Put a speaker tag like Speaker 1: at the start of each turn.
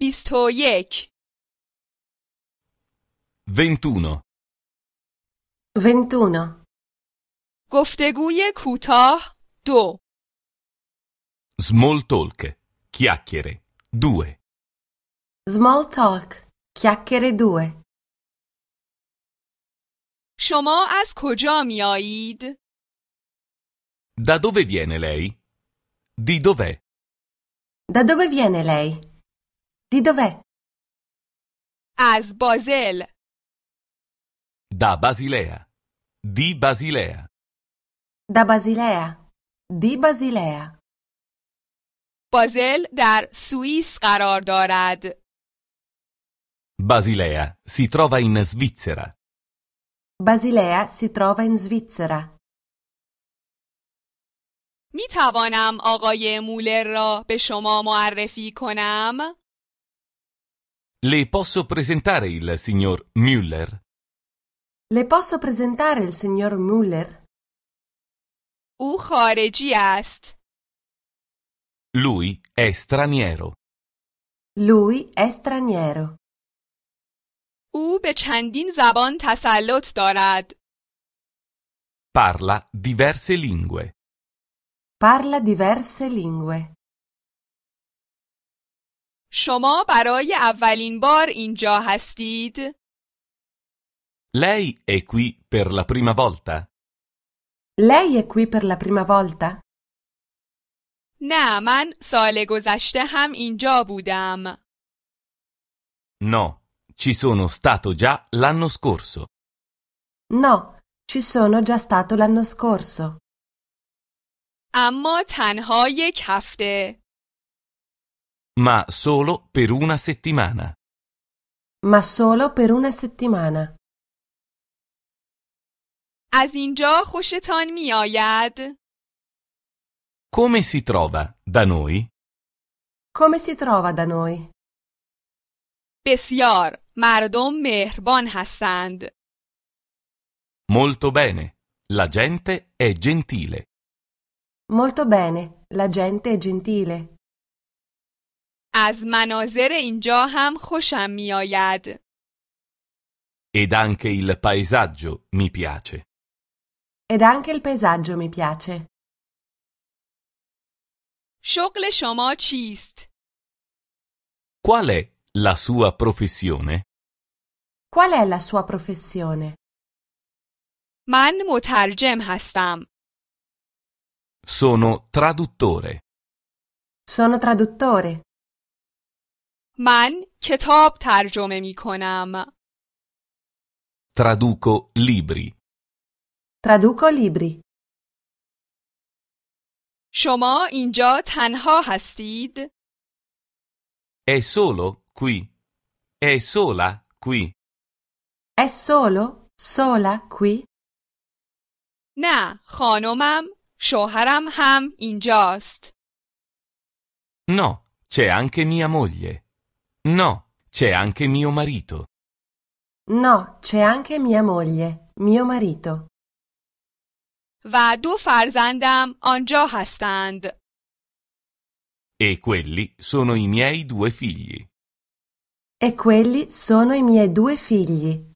Speaker 1: بیست و یک
Speaker 2: 21.
Speaker 3: 21.
Speaker 1: گفتگوی کوتاه دو
Speaker 2: Small talk. Chiacchiere. 2.
Speaker 3: Small talk. Chiacchiere 2.
Speaker 1: شما از کجا می آیید؟
Speaker 2: Da dove viene lei? Di dov'è?
Speaker 3: Da dove viene lei? Di dov'è?
Speaker 1: از بازل
Speaker 2: Da Basilea. Di Basilea.
Speaker 3: Da Basilea. Di Basilea.
Speaker 1: بازل در سوئیس قرار دارد
Speaker 2: Basilea si trova in Svizzera.
Speaker 3: Basilea si trova in Svizzera.
Speaker 1: می توانم آقای مولر را به شما معرفی کنم؟
Speaker 2: Le posso presentare il signor Müller?
Speaker 3: Le posso presentare il signor Müller?
Speaker 1: او خارجی است
Speaker 2: Lui è straniero.
Speaker 3: Lui è straniero.
Speaker 1: او به چندین زبان تسلط دارد
Speaker 2: Parla diverse lingue.
Speaker 3: Parla diverse lingue.
Speaker 1: شما برای اولین بار اینجا هستید؟
Speaker 2: Lei è qui per la prima volta?
Speaker 3: Lei è qui per la prima volta?
Speaker 1: نه من سال گذشته هم اینجا بودم
Speaker 2: No, ci sono stato già l'anno scorso.
Speaker 3: No, ci sono già stato l'anno scorso,
Speaker 1: اما تنها یک هفته
Speaker 2: Ma solo per una settimana.
Speaker 3: ma solo per una settimana.
Speaker 1: از اینجا خوشتان می آید؟
Speaker 2: Come si trova da noi?
Speaker 3: Come si trova da noi?
Speaker 1: بسیار مردم مهربان هستند
Speaker 2: Molto bene. La gente è gentile.
Speaker 3: Molto bene, la gente è gentile.
Speaker 1: از مناظر اینجا هم خوشم می آید
Speaker 2: Ed anche il paesaggio mi piace.
Speaker 3: Ed anche il paesaggio mi piace.
Speaker 1: شغل شما چیست؟
Speaker 2: Qual è la sua professione?
Speaker 3: Qual è la sua professione?
Speaker 1: من مترجم هستم
Speaker 2: Sono traduttore.
Speaker 3: Sono traduttore.
Speaker 1: من کتاب ترجمه می کنم
Speaker 2: Traduco libri.
Speaker 3: Traduco libri.
Speaker 1: شما اینجا تنها هستید؟
Speaker 2: È solo qui. È sola qui.
Speaker 3: È solo, sola, qui?
Speaker 1: نه خانمم شوهرم هم اینجاست
Speaker 2: No, c'è anche mia moglie. No, c'è anche mio marito.
Speaker 3: No, c'è anche mia moglie, mio marito.
Speaker 1: و دو فرزندم آنجا هستند
Speaker 2: E quelli sono i miei due figli.
Speaker 3: E quelli sono i miei due figli.